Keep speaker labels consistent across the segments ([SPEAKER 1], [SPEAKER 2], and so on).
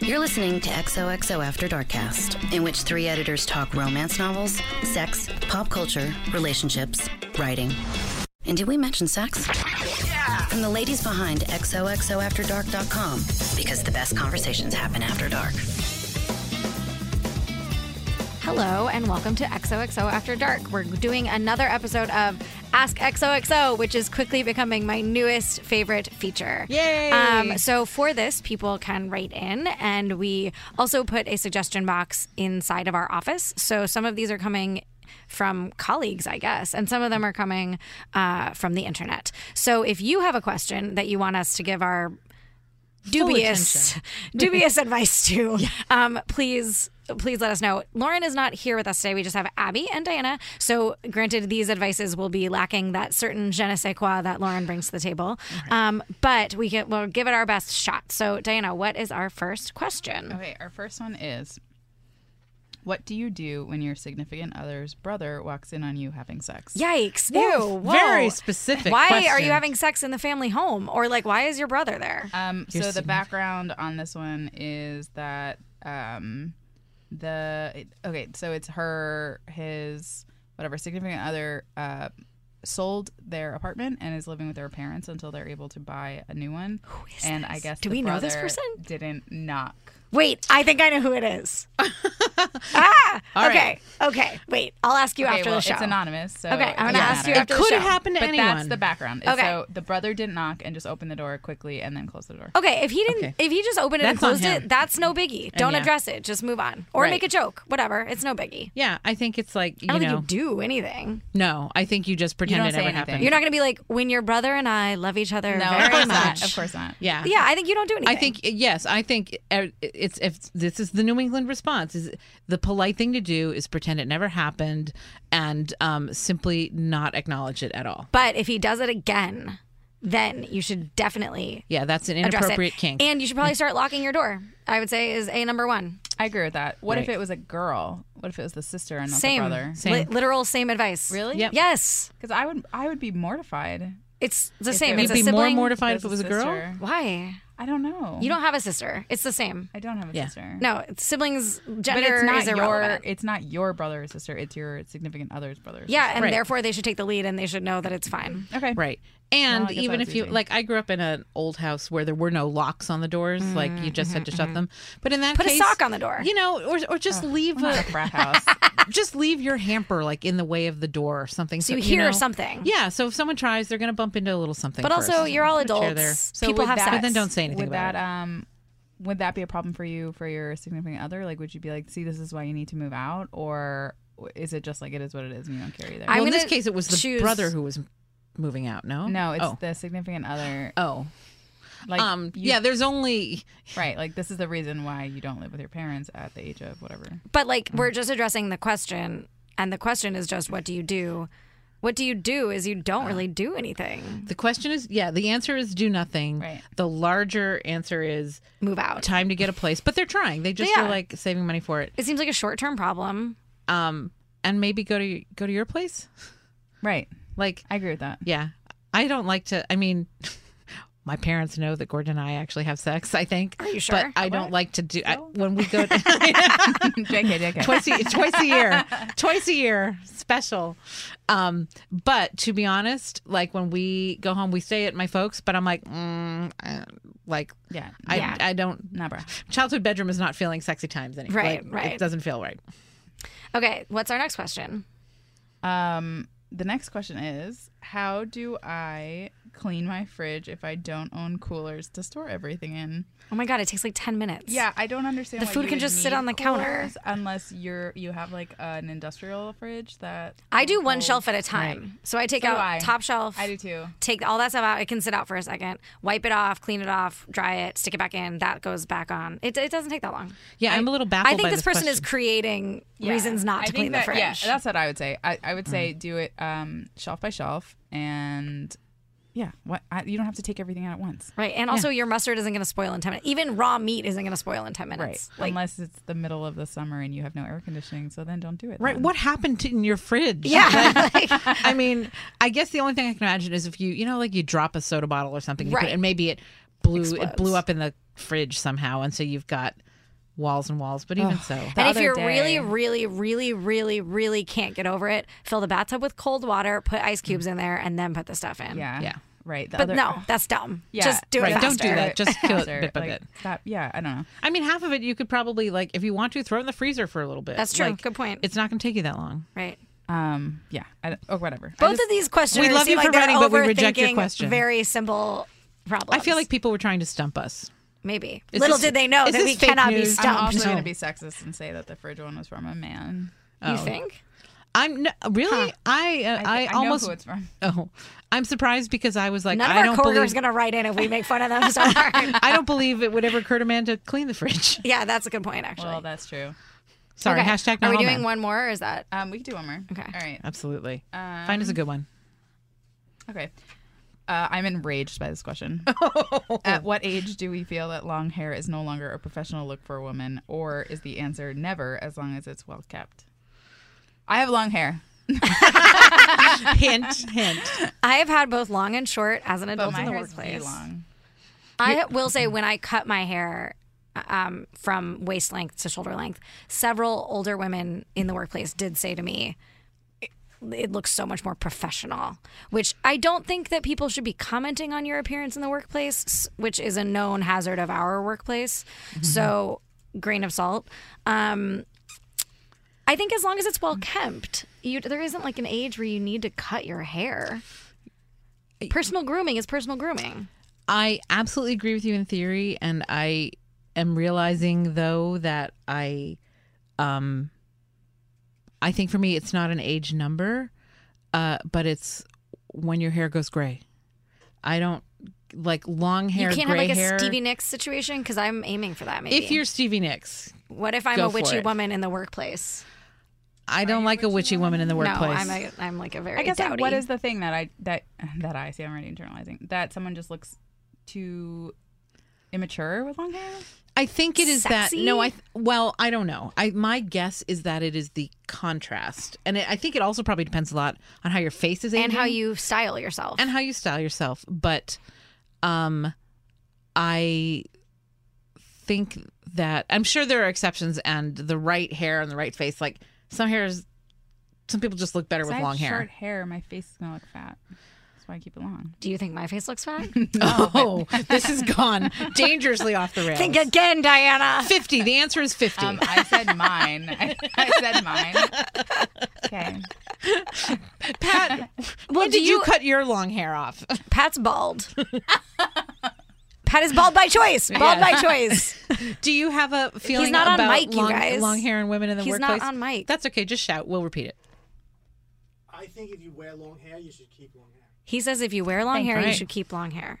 [SPEAKER 1] You're listening to XOXO After Darkcast, in which three editors talk romance novels, sex, pop culture, relationships, writing. And did we mention sex? From the ladies behind XOXOAfterdark.com, because the best conversations happen after dark.
[SPEAKER 2] Hello and welcome to XOXO After Dark. We're doing another episode of Ask XOXO, which is quickly becoming my newest favorite feature.
[SPEAKER 3] Yay!
[SPEAKER 2] Um, so for this, people can write in, and we also put a suggestion box inside of our office. So some of these are coming from colleagues, I guess, and some of them are coming uh, from the internet. So if you have a question that you want us to give our dubious dubious advice to um, please please let us know lauren is not here with us today we just have abby and diana so granted these advices will be lacking that certain je ne sais quoi that lauren brings to the table um, but we can we'll give it our best shot so diana what is our first question
[SPEAKER 3] Okay, our first one is What do you do when your significant other's brother walks in on you having sex?
[SPEAKER 2] yikes Ew, whoa.
[SPEAKER 4] very specific
[SPEAKER 2] why are
[SPEAKER 4] question.
[SPEAKER 2] you having sex in the family home or like why is your brother there
[SPEAKER 3] Um, so the background on this one is that um, the it- okay, so it's her, his, whatever significant other uh, sold their apartment and is living with their parents until they're able to buy a new one. Who
[SPEAKER 2] is
[SPEAKER 3] and
[SPEAKER 2] this?
[SPEAKER 3] I guess
[SPEAKER 2] Do
[SPEAKER 3] the
[SPEAKER 2] we know this
[SPEAKER 3] brother
[SPEAKER 2] person?
[SPEAKER 3] Didn't knock.
[SPEAKER 2] Wait, I think I know who it is. ah, okay, okay. Wait, I'll ask you
[SPEAKER 3] Okay,
[SPEAKER 2] after
[SPEAKER 3] well,
[SPEAKER 2] the show.
[SPEAKER 3] it's anonymous. So
[SPEAKER 2] Okay,
[SPEAKER 3] it
[SPEAKER 2] I'm gonna
[SPEAKER 3] doesn't
[SPEAKER 2] ask you
[SPEAKER 3] matter.
[SPEAKER 2] after the
[SPEAKER 4] Could
[SPEAKER 2] show.
[SPEAKER 4] happen to
[SPEAKER 3] but
[SPEAKER 4] anyone.
[SPEAKER 3] that's the background. And
[SPEAKER 2] Okay.
[SPEAKER 3] So the brother didn't knock and just opened the door quickly and then closed the door.
[SPEAKER 2] Okay, if he didn't,
[SPEAKER 4] Okay.
[SPEAKER 2] if he just opened it and
[SPEAKER 4] That's on
[SPEAKER 2] closed
[SPEAKER 4] him.
[SPEAKER 2] it, that's no biggie. Don't
[SPEAKER 4] yeah.
[SPEAKER 2] address it. Just move on or
[SPEAKER 4] Right.
[SPEAKER 2] make a joke. Whatever. It's no biggie.
[SPEAKER 4] yeah, I think it's like you
[SPEAKER 2] I don't
[SPEAKER 4] know.
[SPEAKER 2] think you do anything.
[SPEAKER 4] no, I think you just pretend
[SPEAKER 3] don't
[SPEAKER 4] it
[SPEAKER 3] say
[SPEAKER 4] never
[SPEAKER 3] anything.
[SPEAKER 4] happened.
[SPEAKER 2] You're not gonna be like when your brother and I love each other
[SPEAKER 3] No, of
[SPEAKER 2] very
[SPEAKER 3] course
[SPEAKER 2] much.
[SPEAKER 3] not. Of course not.
[SPEAKER 4] yeah,
[SPEAKER 2] Yeah, I think you don't do anything.
[SPEAKER 4] I think yes. I think uh, it's if this is the New England response is the polite thing to do is pretend it never happened and um, simply not acknowledge it at all.
[SPEAKER 2] But if he does it again, then you should definitely
[SPEAKER 4] Yeah, that's an
[SPEAKER 2] address
[SPEAKER 4] inappropriate
[SPEAKER 2] it.
[SPEAKER 4] kink.
[SPEAKER 2] And you should probably start locking your door. I would say is a number one.
[SPEAKER 3] I agree with that. What if
[SPEAKER 4] Right.
[SPEAKER 3] it was a girl? What if it was the sister and not
[SPEAKER 2] Same.
[SPEAKER 3] the brother?
[SPEAKER 2] Li- literal same advice.
[SPEAKER 3] Really?
[SPEAKER 4] Yep.
[SPEAKER 2] Yes.
[SPEAKER 3] Because I would, I would be mortified.
[SPEAKER 2] It's the same.
[SPEAKER 3] it
[SPEAKER 2] It's
[SPEAKER 4] You'd
[SPEAKER 2] a
[SPEAKER 4] be
[SPEAKER 2] sibling.
[SPEAKER 4] more mortified if it
[SPEAKER 3] There's
[SPEAKER 4] was a girl.
[SPEAKER 3] sister.
[SPEAKER 2] Why?
[SPEAKER 3] I don't know.
[SPEAKER 2] You don't have a sister. It's the same.
[SPEAKER 3] I don't have a
[SPEAKER 4] Yeah.
[SPEAKER 3] sister.
[SPEAKER 2] No, it's siblings
[SPEAKER 3] but
[SPEAKER 2] gender
[SPEAKER 3] it's not
[SPEAKER 2] is
[SPEAKER 3] your.
[SPEAKER 2] irrelevant.
[SPEAKER 3] It's not your brother or sister. It's your significant other's brother. Or
[SPEAKER 2] yeah, and
[SPEAKER 4] Right.
[SPEAKER 2] therefore they should take the lead and they should know that it's fine.
[SPEAKER 3] sister. Okay.
[SPEAKER 4] Right.
[SPEAKER 3] No, I
[SPEAKER 4] And
[SPEAKER 3] guess
[SPEAKER 4] even
[SPEAKER 3] that's
[SPEAKER 4] if you
[SPEAKER 3] easy.
[SPEAKER 4] like, I grew up in an old house where there were no locks on the doors; like you just had to shut them. But in that
[SPEAKER 2] Mm-hmm. Put a
[SPEAKER 4] case,
[SPEAKER 2] sock on the door.
[SPEAKER 4] you know, or or just leave
[SPEAKER 3] Not
[SPEAKER 4] a,
[SPEAKER 3] a frat house.
[SPEAKER 4] just leave your hamper like in the way of the door or something.
[SPEAKER 2] So you hear
[SPEAKER 4] know?
[SPEAKER 2] something.
[SPEAKER 4] Yeah. So if someone tries, they're going to bump into a little something.
[SPEAKER 2] But also,
[SPEAKER 4] first.
[SPEAKER 2] you you're all
[SPEAKER 4] Put a chair there.
[SPEAKER 2] adults.
[SPEAKER 3] So
[SPEAKER 2] People
[SPEAKER 3] would
[SPEAKER 2] have
[SPEAKER 3] that-
[SPEAKER 2] sex.
[SPEAKER 4] But then don't say anything
[SPEAKER 3] would
[SPEAKER 4] about
[SPEAKER 3] that um, would that be a problem for you for your significant other? Like, would you be like, see, this is why you need to move out, or is it just like it is what it is and you don't care either?
[SPEAKER 4] it.
[SPEAKER 2] I'm
[SPEAKER 4] Well, in this
[SPEAKER 2] gonna
[SPEAKER 4] case, it was the
[SPEAKER 2] choose-
[SPEAKER 4] brother who was moving out. No.
[SPEAKER 3] no, it's
[SPEAKER 4] oh.
[SPEAKER 3] the significant other.
[SPEAKER 4] oh.
[SPEAKER 3] Like,
[SPEAKER 4] um.
[SPEAKER 3] you-
[SPEAKER 4] yeah. There's only.
[SPEAKER 3] Right. Like this is the reason why you don't live with your parents at the age of whatever.
[SPEAKER 2] But like we're just addressing the question, and the question is just what do you do? What do you do is you don't really do anything.
[SPEAKER 4] The question is, yeah. The answer is do nothing.
[SPEAKER 3] Right.
[SPEAKER 4] The larger answer is
[SPEAKER 2] Move out.
[SPEAKER 4] time to get a place, but they're trying. They just
[SPEAKER 2] Yeah.
[SPEAKER 4] are like saving money for it.
[SPEAKER 2] It seems like a short term problem.
[SPEAKER 4] Um. And maybe go to go to your place.
[SPEAKER 3] Right.
[SPEAKER 4] Like
[SPEAKER 3] I agree with that.
[SPEAKER 4] Yeah. I don't like to I mean my parents know that Gordon and I actually have sex, I think. Are
[SPEAKER 2] you sure?
[SPEAKER 4] But I don't like to do I, when we go
[SPEAKER 3] JK, JK.
[SPEAKER 4] twice a, twice a year, twice a year special. Um, but to be honest, like when we go home, we stay at my folks. But I'm like, mm, I, like
[SPEAKER 3] Yeah.
[SPEAKER 4] I
[SPEAKER 2] Yeah.
[SPEAKER 4] I don't.
[SPEAKER 3] Nah, bro.
[SPEAKER 4] Childhood bedroom is not feeling sexy times anymore.
[SPEAKER 2] Right,
[SPEAKER 4] Like,
[SPEAKER 2] right.
[SPEAKER 4] It doesn't feel right.
[SPEAKER 2] Okay, what's our next question?
[SPEAKER 3] Um, the next question is How do I clean my fridge if I don't own coolers to store everything in?
[SPEAKER 2] Oh my god, it takes like ten minutes.
[SPEAKER 3] Yeah, I don't understand.
[SPEAKER 2] The
[SPEAKER 3] why
[SPEAKER 2] food
[SPEAKER 3] you
[SPEAKER 2] can
[SPEAKER 3] would
[SPEAKER 2] just sit
[SPEAKER 3] need
[SPEAKER 2] on the counter.
[SPEAKER 3] coolers unless you're you have like an industrial fridge that
[SPEAKER 2] I do one shelf at a time. So I take
[SPEAKER 3] Oh. So do
[SPEAKER 2] out
[SPEAKER 3] I.
[SPEAKER 2] top shelf.
[SPEAKER 3] I do too.
[SPEAKER 2] Take all that stuff out. It can sit out for a second. Wipe it off, clean it off, dry it, stick it back in. That goes back on. It, it doesn't take that long.
[SPEAKER 4] Yeah, I, am a little baffled.
[SPEAKER 2] I think
[SPEAKER 4] by
[SPEAKER 2] this, person
[SPEAKER 4] question.
[SPEAKER 2] is creating
[SPEAKER 3] Yeah.
[SPEAKER 2] reasons not to
[SPEAKER 3] I think
[SPEAKER 2] clean
[SPEAKER 3] that-
[SPEAKER 2] the fridge. Mm.
[SPEAKER 3] Yeah, that's what I would say. I, I would say do it um, shelf by shelf, and yeah, what I, you don't have to take everything out at once,
[SPEAKER 2] Right. And also, your mustard isn't going to spoil in 10 minutes. Even raw meat isn't going to spoil in 10 minutes. Like,
[SPEAKER 3] Unless it's the middle of the summer and you have no air conditioning, so then don't do it.
[SPEAKER 4] Right.
[SPEAKER 3] then.
[SPEAKER 4] What happened to, in your fridge?
[SPEAKER 2] yeah. like,
[SPEAKER 4] I mean, I guess the only thing I can imagine is if you, you know, like you drop a soda bottle or something, you put-
[SPEAKER 2] Right.
[SPEAKER 4] and maybe it blew it
[SPEAKER 2] Explodes.
[SPEAKER 4] blew up in the fridge somehow, and so you've got walls and walls. But even so,
[SPEAKER 2] and if
[SPEAKER 3] other
[SPEAKER 2] you're
[SPEAKER 3] day-
[SPEAKER 2] really, really, really, really, really can't get over it, fill the bathtub with cold water, put ice cubes in there, and then put the stuff in.
[SPEAKER 3] Yeah.
[SPEAKER 4] Mm-hmm. Yeah.
[SPEAKER 3] Right. The
[SPEAKER 2] But
[SPEAKER 3] other-
[SPEAKER 2] no, that's dumb.
[SPEAKER 3] Yeah.
[SPEAKER 2] Just do it
[SPEAKER 3] right,
[SPEAKER 4] Don't do
[SPEAKER 2] faster.
[SPEAKER 4] that. Just do it
[SPEAKER 3] Faster,
[SPEAKER 4] bit by
[SPEAKER 3] like,
[SPEAKER 4] bit.
[SPEAKER 3] Stop. Yeah. I don't know.
[SPEAKER 4] I mean, half of it you could probably like, if you want to, throw in the freezer for a little bit.
[SPEAKER 2] That's true.
[SPEAKER 4] Like,
[SPEAKER 2] Good point.
[SPEAKER 4] It's not going to take you that long.
[SPEAKER 2] right.
[SPEAKER 3] Um. Yeah. I don't, or whatever. I
[SPEAKER 2] Both
[SPEAKER 3] just-
[SPEAKER 2] of these questions
[SPEAKER 4] We love
[SPEAKER 2] seem
[SPEAKER 4] you
[SPEAKER 2] like
[SPEAKER 4] for
[SPEAKER 2] they're
[SPEAKER 4] writing, but we reject your
[SPEAKER 2] overthinking
[SPEAKER 4] question.
[SPEAKER 2] Very simple problem.
[SPEAKER 4] I feel like people were trying to stump us.
[SPEAKER 2] maybe
[SPEAKER 4] Is
[SPEAKER 2] little
[SPEAKER 4] this-
[SPEAKER 2] did they know
[SPEAKER 4] is
[SPEAKER 2] that
[SPEAKER 4] this
[SPEAKER 2] we
[SPEAKER 4] fake
[SPEAKER 2] cannot be
[SPEAKER 4] news? I'm
[SPEAKER 3] I'm
[SPEAKER 2] stumped.
[SPEAKER 3] also
[SPEAKER 4] No.
[SPEAKER 3] gonna be sexist and say that the fridge one was from a man.
[SPEAKER 4] oh.
[SPEAKER 2] You think?
[SPEAKER 4] I'm no, really. I, uh,
[SPEAKER 3] I, I
[SPEAKER 4] I almost.
[SPEAKER 3] know who it's from.
[SPEAKER 4] Oh, I'm surprised because I was like,
[SPEAKER 2] None of
[SPEAKER 4] I
[SPEAKER 2] our
[SPEAKER 4] don't
[SPEAKER 2] coworkers
[SPEAKER 4] believe.
[SPEAKER 2] is going to write in if we make fun of them so hard.
[SPEAKER 4] I don't believe it would ever occur to man to clean the fridge.
[SPEAKER 2] yeah, that's a good point, actually.
[SPEAKER 3] Well, that's true.
[SPEAKER 4] Sorry.
[SPEAKER 2] Okay. Are
[SPEAKER 4] Hashtag. not
[SPEAKER 2] we
[SPEAKER 4] all
[SPEAKER 2] doing
[SPEAKER 4] men.
[SPEAKER 2] one more or is that?
[SPEAKER 3] Um, we can do one more.
[SPEAKER 2] Okay.
[SPEAKER 3] All right.
[SPEAKER 4] Absolutely.
[SPEAKER 3] Um,
[SPEAKER 4] Find us a good one.
[SPEAKER 3] Okay. Uh, I'm enraged by this question.
[SPEAKER 2] Oh.
[SPEAKER 3] At what age do we feel that long hair is no longer a professional look for a woman, or is the answer never as long as it's well kept? I have long hair,
[SPEAKER 4] hint, hint.
[SPEAKER 2] I have had both long and short as an
[SPEAKER 3] but
[SPEAKER 2] adult
[SPEAKER 3] my
[SPEAKER 2] in the
[SPEAKER 3] hair is
[SPEAKER 2] workplace.
[SPEAKER 3] long.
[SPEAKER 2] I will say when I cut my hair um, from waist length to shoulder length, several older women in the workplace did say to me, "It- it looks so much more professional, which I don't think that people should be commenting on your appearance in the workplace, s- which is a known hazard of our workplace. So, grain of salt. Um, I think as long as it's well kept, you, there isn't like an age where you need to cut your hair. Personal grooming is personal grooming.
[SPEAKER 4] I absolutely agree with you in theory, and I am realizing though that I, um, I think for me it's not an age number, uh, but it's when your hair goes gray. I don't like long hair.
[SPEAKER 2] You can't have
[SPEAKER 4] gray
[SPEAKER 2] like a
[SPEAKER 4] hair.
[SPEAKER 2] Stevie Nicks situation because I'm aiming for that. Maybe
[SPEAKER 4] If you're Stevie Nicks,
[SPEAKER 2] what if I'm
[SPEAKER 4] go
[SPEAKER 2] a
[SPEAKER 4] for
[SPEAKER 2] witchy
[SPEAKER 4] it.
[SPEAKER 2] woman in the workplace?
[SPEAKER 4] I don't like a witchy woman in the workplace.
[SPEAKER 2] No, I'm a, I'm like a very
[SPEAKER 3] I guess like,
[SPEAKER 2] dowdy.
[SPEAKER 3] what is the thing that I that that I see? I'm already internalizing that someone just looks too immature with long hair.
[SPEAKER 4] I think it is that. No, I
[SPEAKER 2] Sexy?
[SPEAKER 4] well, I don't know. I my guess is that it is the contrast, and it, I think it also probably depends a lot on how your face is aging
[SPEAKER 2] and how you style yourself?
[SPEAKER 4] and how you style yourself. But, um, I think that I'm sure there are exceptions, and the right hair and the right face, like some hairs, some people just look better
[SPEAKER 3] I
[SPEAKER 4] with
[SPEAKER 3] have
[SPEAKER 4] long hair.
[SPEAKER 3] short hair. My face is gonna look fat. That's why I keep it long.
[SPEAKER 2] Do you think my face looks fat?
[SPEAKER 4] oh, this has gone dangerously off the rails.
[SPEAKER 2] think again, Diana.
[SPEAKER 4] fifty. The answer is fifty.
[SPEAKER 3] Um, I said mine. I, I said mine. Okay.
[SPEAKER 4] Pat,
[SPEAKER 2] Well,
[SPEAKER 4] when
[SPEAKER 2] do
[SPEAKER 4] did you
[SPEAKER 2] you-
[SPEAKER 4] cut your long hair off?
[SPEAKER 2] Pat's bald. Pat is bald by choice. Bald by choice.
[SPEAKER 4] Do you have a feeling
[SPEAKER 2] not on
[SPEAKER 4] about
[SPEAKER 2] mic, you
[SPEAKER 4] long,
[SPEAKER 2] guys.
[SPEAKER 4] long hair and women in the
[SPEAKER 2] He's not
[SPEAKER 4] workplace?
[SPEAKER 2] on mic.
[SPEAKER 4] That's okay. Just shout. We'll repeat it.
[SPEAKER 5] I think if you wear long hair, you should keep long hair.
[SPEAKER 2] He says if you wear long hair, you
[SPEAKER 4] Right.
[SPEAKER 2] should keep long hair.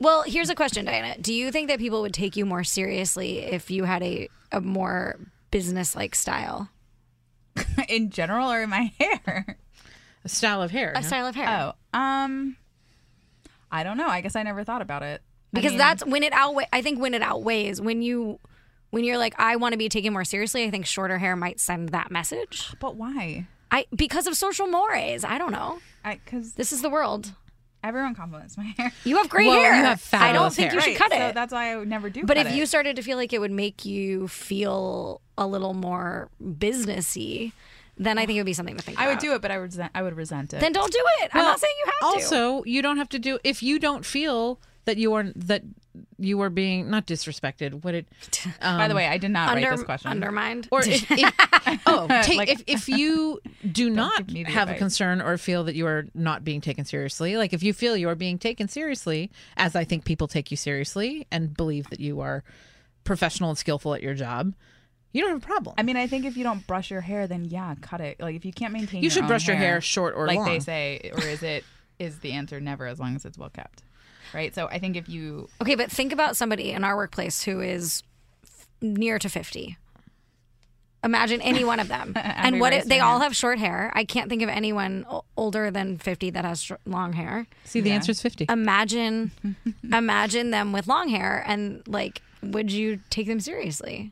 [SPEAKER 2] Well, here's a question, Diana. Do you think that people would take you more seriously if you had a, a more business like style?
[SPEAKER 3] In general, or in my hair?
[SPEAKER 4] A style of hair.
[SPEAKER 2] A style of hair.
[SPEAKER 3] Oh, um, I don't know. I guess I never thought about it. I
[SPEAKER 2] because
[SPEAKER 3] mean,
[SPEAKER 2] that's when it outweighs i think when it outweighs when you when you're like i want to be taken more seriously i think shorter hair might send that message
[SPEAKER 3] But why?
[SPEAKER 2] i because of social mores i don't know
[SPEAKER 3] I Because
[SPEAKER 2] this is the world
[SPEAKER 3] everyone compliments my hair.
[SPEAKER 2] you have great
[SPEAKER 4] Well,
[SPEAKER 2] hair
[SPEAKER 4] you have
[SPEAKER 2] i don't
[SPEAKER 4] fabulous
[SPEAKER 2] think you
[SPEAKER 4] hair.
[SPEAKER 2] should cut
[SPEAKER 3] So
[SPEAKER 2] it
[SPEAKER 3] that's why I would never do.
[SPEAKER 2] but
[SPEAKER 3] cut
[SPEAKER 2] if you
[SPEAKER 3] it.
[SPEAKER 2] started to feel like it would make you feel a little more businessy then i think it would be something to think
[SPEAKER 3] I
[SPEAKER 2] about
[SPEAKER 3] would do it, but I would resent. I would resent it.
[SPEAKER 2] then don't do it i'm not saying you have to
[SPEAKER 4] Also, you don't have to do if you don't feel that you are that you are being not disrespected. What it um,
[SPEAKER 3] By the way, I did not write
[SPEAKER 2] Under,
[SPEAKER 3] this question.
[SPEAKER 2] undermined
[SPEAKER 4] or if, if- oh take,
[SPEAKER 3] Like-
[SPEAKER 4] if if you do not
[SPEAKER 3] give me the
[SPEAKER 4] have a
[SPEAKER 3] advice.
[SPEAKER 4] concern or feel that you are not being taken seriously, like if you feel you are being taken seriously, as I think people take you seriously and believe that you are professional and skillful at your job, you don't have a problem.
[SPEAKER 3] I mean, I think if you don't brush your hair, then yeah, cut it. Like if you can't maintain,
[SPEAKER 4] You
[SPEAKER 3] your
[SPEAKER 4] should
[SPEAKER 3] own
[SPEAKER 4] brush your
[SPEAKER 3] hair,
[SPEAKER 4] hair short or
[SPEAKER 3] like
[SPEAKER 4] long.
[SPEAKER 3] they say, or is it is the answer never as long as it's well kept, right? So I think if you
[SPEAKER 2] Okay, but think about somebody in our workplace who is f- near to 50. Imagine any one of them. and what if
[SPEAKER 3] raised
[SPEAKER 2] they
[SPEAKER 3] my
[SPEAKER 2] all have short hair? I can't think of anyone o- older than 50 that has short, long hair.
[SPEAKER 4] See, the answer is fifty.
[SPEAKER 2] Imagine imagine them with long hair and like would you take them seriously?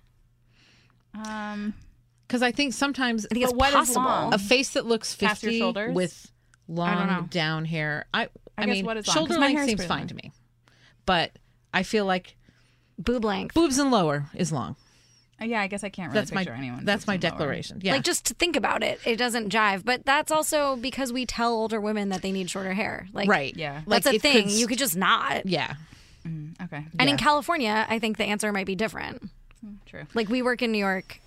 [SPEAKER 3] um
[SPEAKER 4] Because I think sometimes
[SPEAKER 2] I think it's
[SPEAKER 3] But what is
[SPEAKER 2] possible.
[SPEAKER 3] long?
[SPEAKER 4] a face that looks
[SPEAKER 3] Past your
[SPEAKER 4] 50
[SPEAKER 3] shoulders?
[SPEAKER 4] with long
[SPEAKER 3] know.
[SPEAKER 4] down hair. I I,
[SPEAKER 3] guess
[SPEAKER 4] mean,
[SPEAKER 3] what is long?
[SPEAKER 4] shoulder
[SPEAKER 3] 'Cause my hair
[SPEAKER 4] length
[SPEAKER 3] is
[SPEAKER 4] seems
[SPEAKER 3] pretty
[SPEAKER 4] fine
[SPEAKER 3] long.
[SPEAKER 4] to me, but I feel like
[SPEAKER 2] Boob length.
[SPEAKER 4] boobs and lower is long.
[SPEAKER 3] uh, yeah, I guess I can't really
[SPEAKER 4] That's my
[SPEAKER 3] picture anyone.
[SPEAKER 4] that's my
[SPEAKER 3] fifteen lower.
[SPEAKER 4] declaration. Yeah.
[SPEAKER 2] Like just to think about it, it doesn't jive. But that's also because we tell older women that they need shorter hair. Like
[SPEAKER 4] right.
[SPEAKER 3] Yeah.
[SPEAKER 2] that's
[SPEAKER 4] Like,
[SPEAKER 2] a
[SPEAKER 4] it could
[SPEAKER 2] thing.
[SPEAKER 4] s-
[SPEAKER 2] you could just not.
[SPEAKER 4] Yeah.
[SPEAKER 3] Mm, okay,
[SPEAKER 2] And in California, I think the answer might be different.
[SPEAKER 3] true.
[SPEAKER 2] Like we work in New York,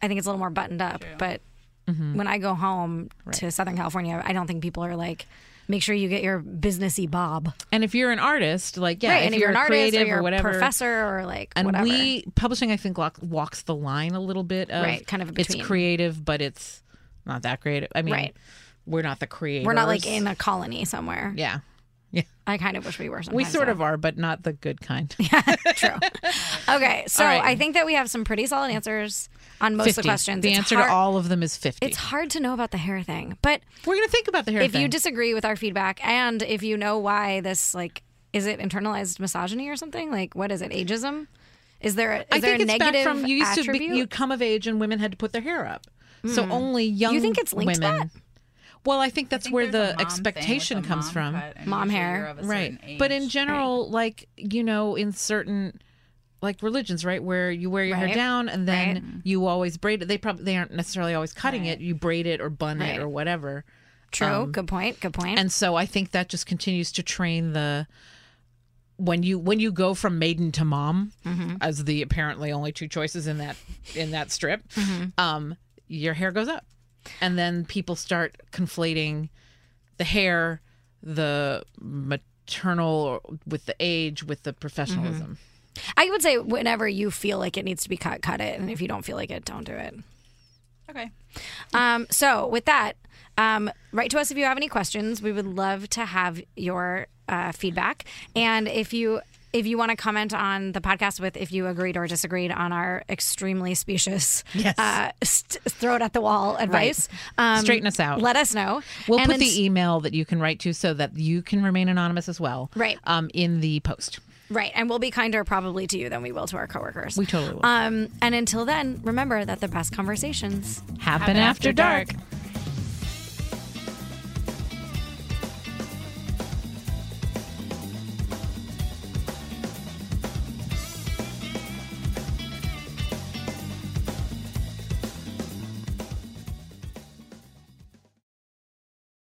[SPEAKER 2] I think it's a little more buttoned up. But
[SPEAKER 4] Mm-hmm.
[SPEAKER 2] when I go home to Southern California, I don't think people are like, make sure you get your businessy bob.
[SPEAKER 4] And if you're an artist, like yeah,
[SPEAKER 2] right.
[SPEAKER 4] if
[SPEAKER 2] and if
[SPEAKER 4] you're,
[SPEAKER 2] you're an
[SPEAKER 4] a
[SPEAKER 2] artist
[SPEAKER 4] creative
[SPEAKER 2] or you're a
[SPEAKER 4] whatever,
[SPEAKER 2] professor or like
[SPEAKER 4] and
[SPEAKER 2] whatever.
[SPEAKER 4] we publishing, I think walk, walks the line a little bit of
[SPEAKER 2] Right, kind of in
[SPEAKER 4] it's
[SPEAKER 2] between.
[SPEAKER 4] creative, but it's not that creative. I mean,
[SPEAKER 2] Right.
[SPEAKER 4] we're not the creators.
[SPEAKER 2] we're not like in a colony somewhere.
[SPEAKER 4] yeah.
[SPEAKER 2] I kind of wish we were sometimes.
[SPEAKER 4] We sort
[SPEAKER 2] though.
[SPEAKER 4] of are, but not the good kind.
[SPEAKER 2] True. Okay, so
[SPEAKER 4] All right.
[SPEAKER 2] I think that we have some pretty solid answers on most of the
[SPEAKER 4] 50.
[SPEAKER 2] questions.
[SPEAKER 4] The
[SPEAKER 2] It's
[SPEAKER 4] answer
[SPEAKER 2] hard-
[SPEAKER 4] to all of them is fifty.
[SPEAKER 2] It's hard to know about the hair thing, but
[SPEAKER 4] we're gonna think about the hair.
[SPEAKER 2] if you
[SPEAKER 4] thing.
[SPEAKER 2] disagree with our feedback and if you know why this like is it internalized misogyny or something? Like what is it? Ageism? Is there a, is
[SPEAKER 4] I
[SPEAKER 2] there
[SPEAKER 4] think
[SPEAKER 2] a
[SPEAKER 4] it's back
[SPEAKER 2] negative
[SPEAKER 4] from you used to
[SPEAKER 2] attribute? Hmm.
[SPEAKER 4] be, you come of age and women had to put their hair up, so only young.
[SPEAKER 2] You think it's linked to
[SPEAKER 4] women. Well, I think
[SPEAKER 3] I
[SPEAKER 4] that's
[SPEAKER 3] think
[SPEAKER 4] where
[SPEAKER 3] there's a
[SPEAKER 4] the
[SPEAKER 3] mom thing with
[SPEAKER 4] expectation
[SPEAKER 3] the
[SPEAKER 4] comes
[SPEAKER 3] mom
[SPEAKER 4] from.
[SPEAKER 3] cut, and
[SPEAKER 2] Mom
[SPEAKER 3] usually
[SPEAKER 2] hair.
[SPEAKER 3] you're of a
[SPEAKER 4] right
[SPEAKER 3] certain
[SPEAKER 4] but in
[SPEAKER 3] age.
[SPEAKER 4] general like you know in certain like religions right where you wear your
[SPEAKER 2] Right.
[SPEAKER 4] hair down and then you always braid it they probably they aren't necessarily always cutting it you braid it or bun
[SPEAKER 2] Right.
[SPEAKER 4] it or whatever
[SPEAKER 2] True. good point. Good point.
[SPEAKER 4] um, and so i think that just continues to train the when you when you go from maiden to mom as the apparently only two choices in that in that strip um your hair goes up and then people start conflating the hair the maternal with the age with the professionalism
[SPEAKER 2] I would say whenever you feel like it needs to be cut, cut it. And if you don't feel like it, don't do it.
[SPEAKER 3] Okay.
[SPEAKER 2] Um, so with that, um, write to us if you have any questions. We would love to have your uh, feedback, and if you if you want to comment on the podcast with if you agreed or disagreed on our extremely specious
[SPEAKER 4] Yes.
[SPEAKER 2] uh, st- throw it at the wall advice, um,
[SPEAKER 4] Straighten us out.
[SPEAKER 2] Let us know.
[SPEAKER 4] We'll
[SPEAKER 2] And
[SPEAKER 4] put
[SPEAKER 2] then-
[SPEAKER 4] the e-, email that you can write to so that you can remain anonymous as well.
[SPEAKER 2] Right.
[SPEAKER 4] Um, in the post.
[SPEAKER 2] right, and we'll be kinder probably to you than we will to our coworkers.
[SPEAKER 4] We totally will.
[SPEAKER 2] Um, and until then, remember that the best conversations
[SPEAKER 4] Happen after dark.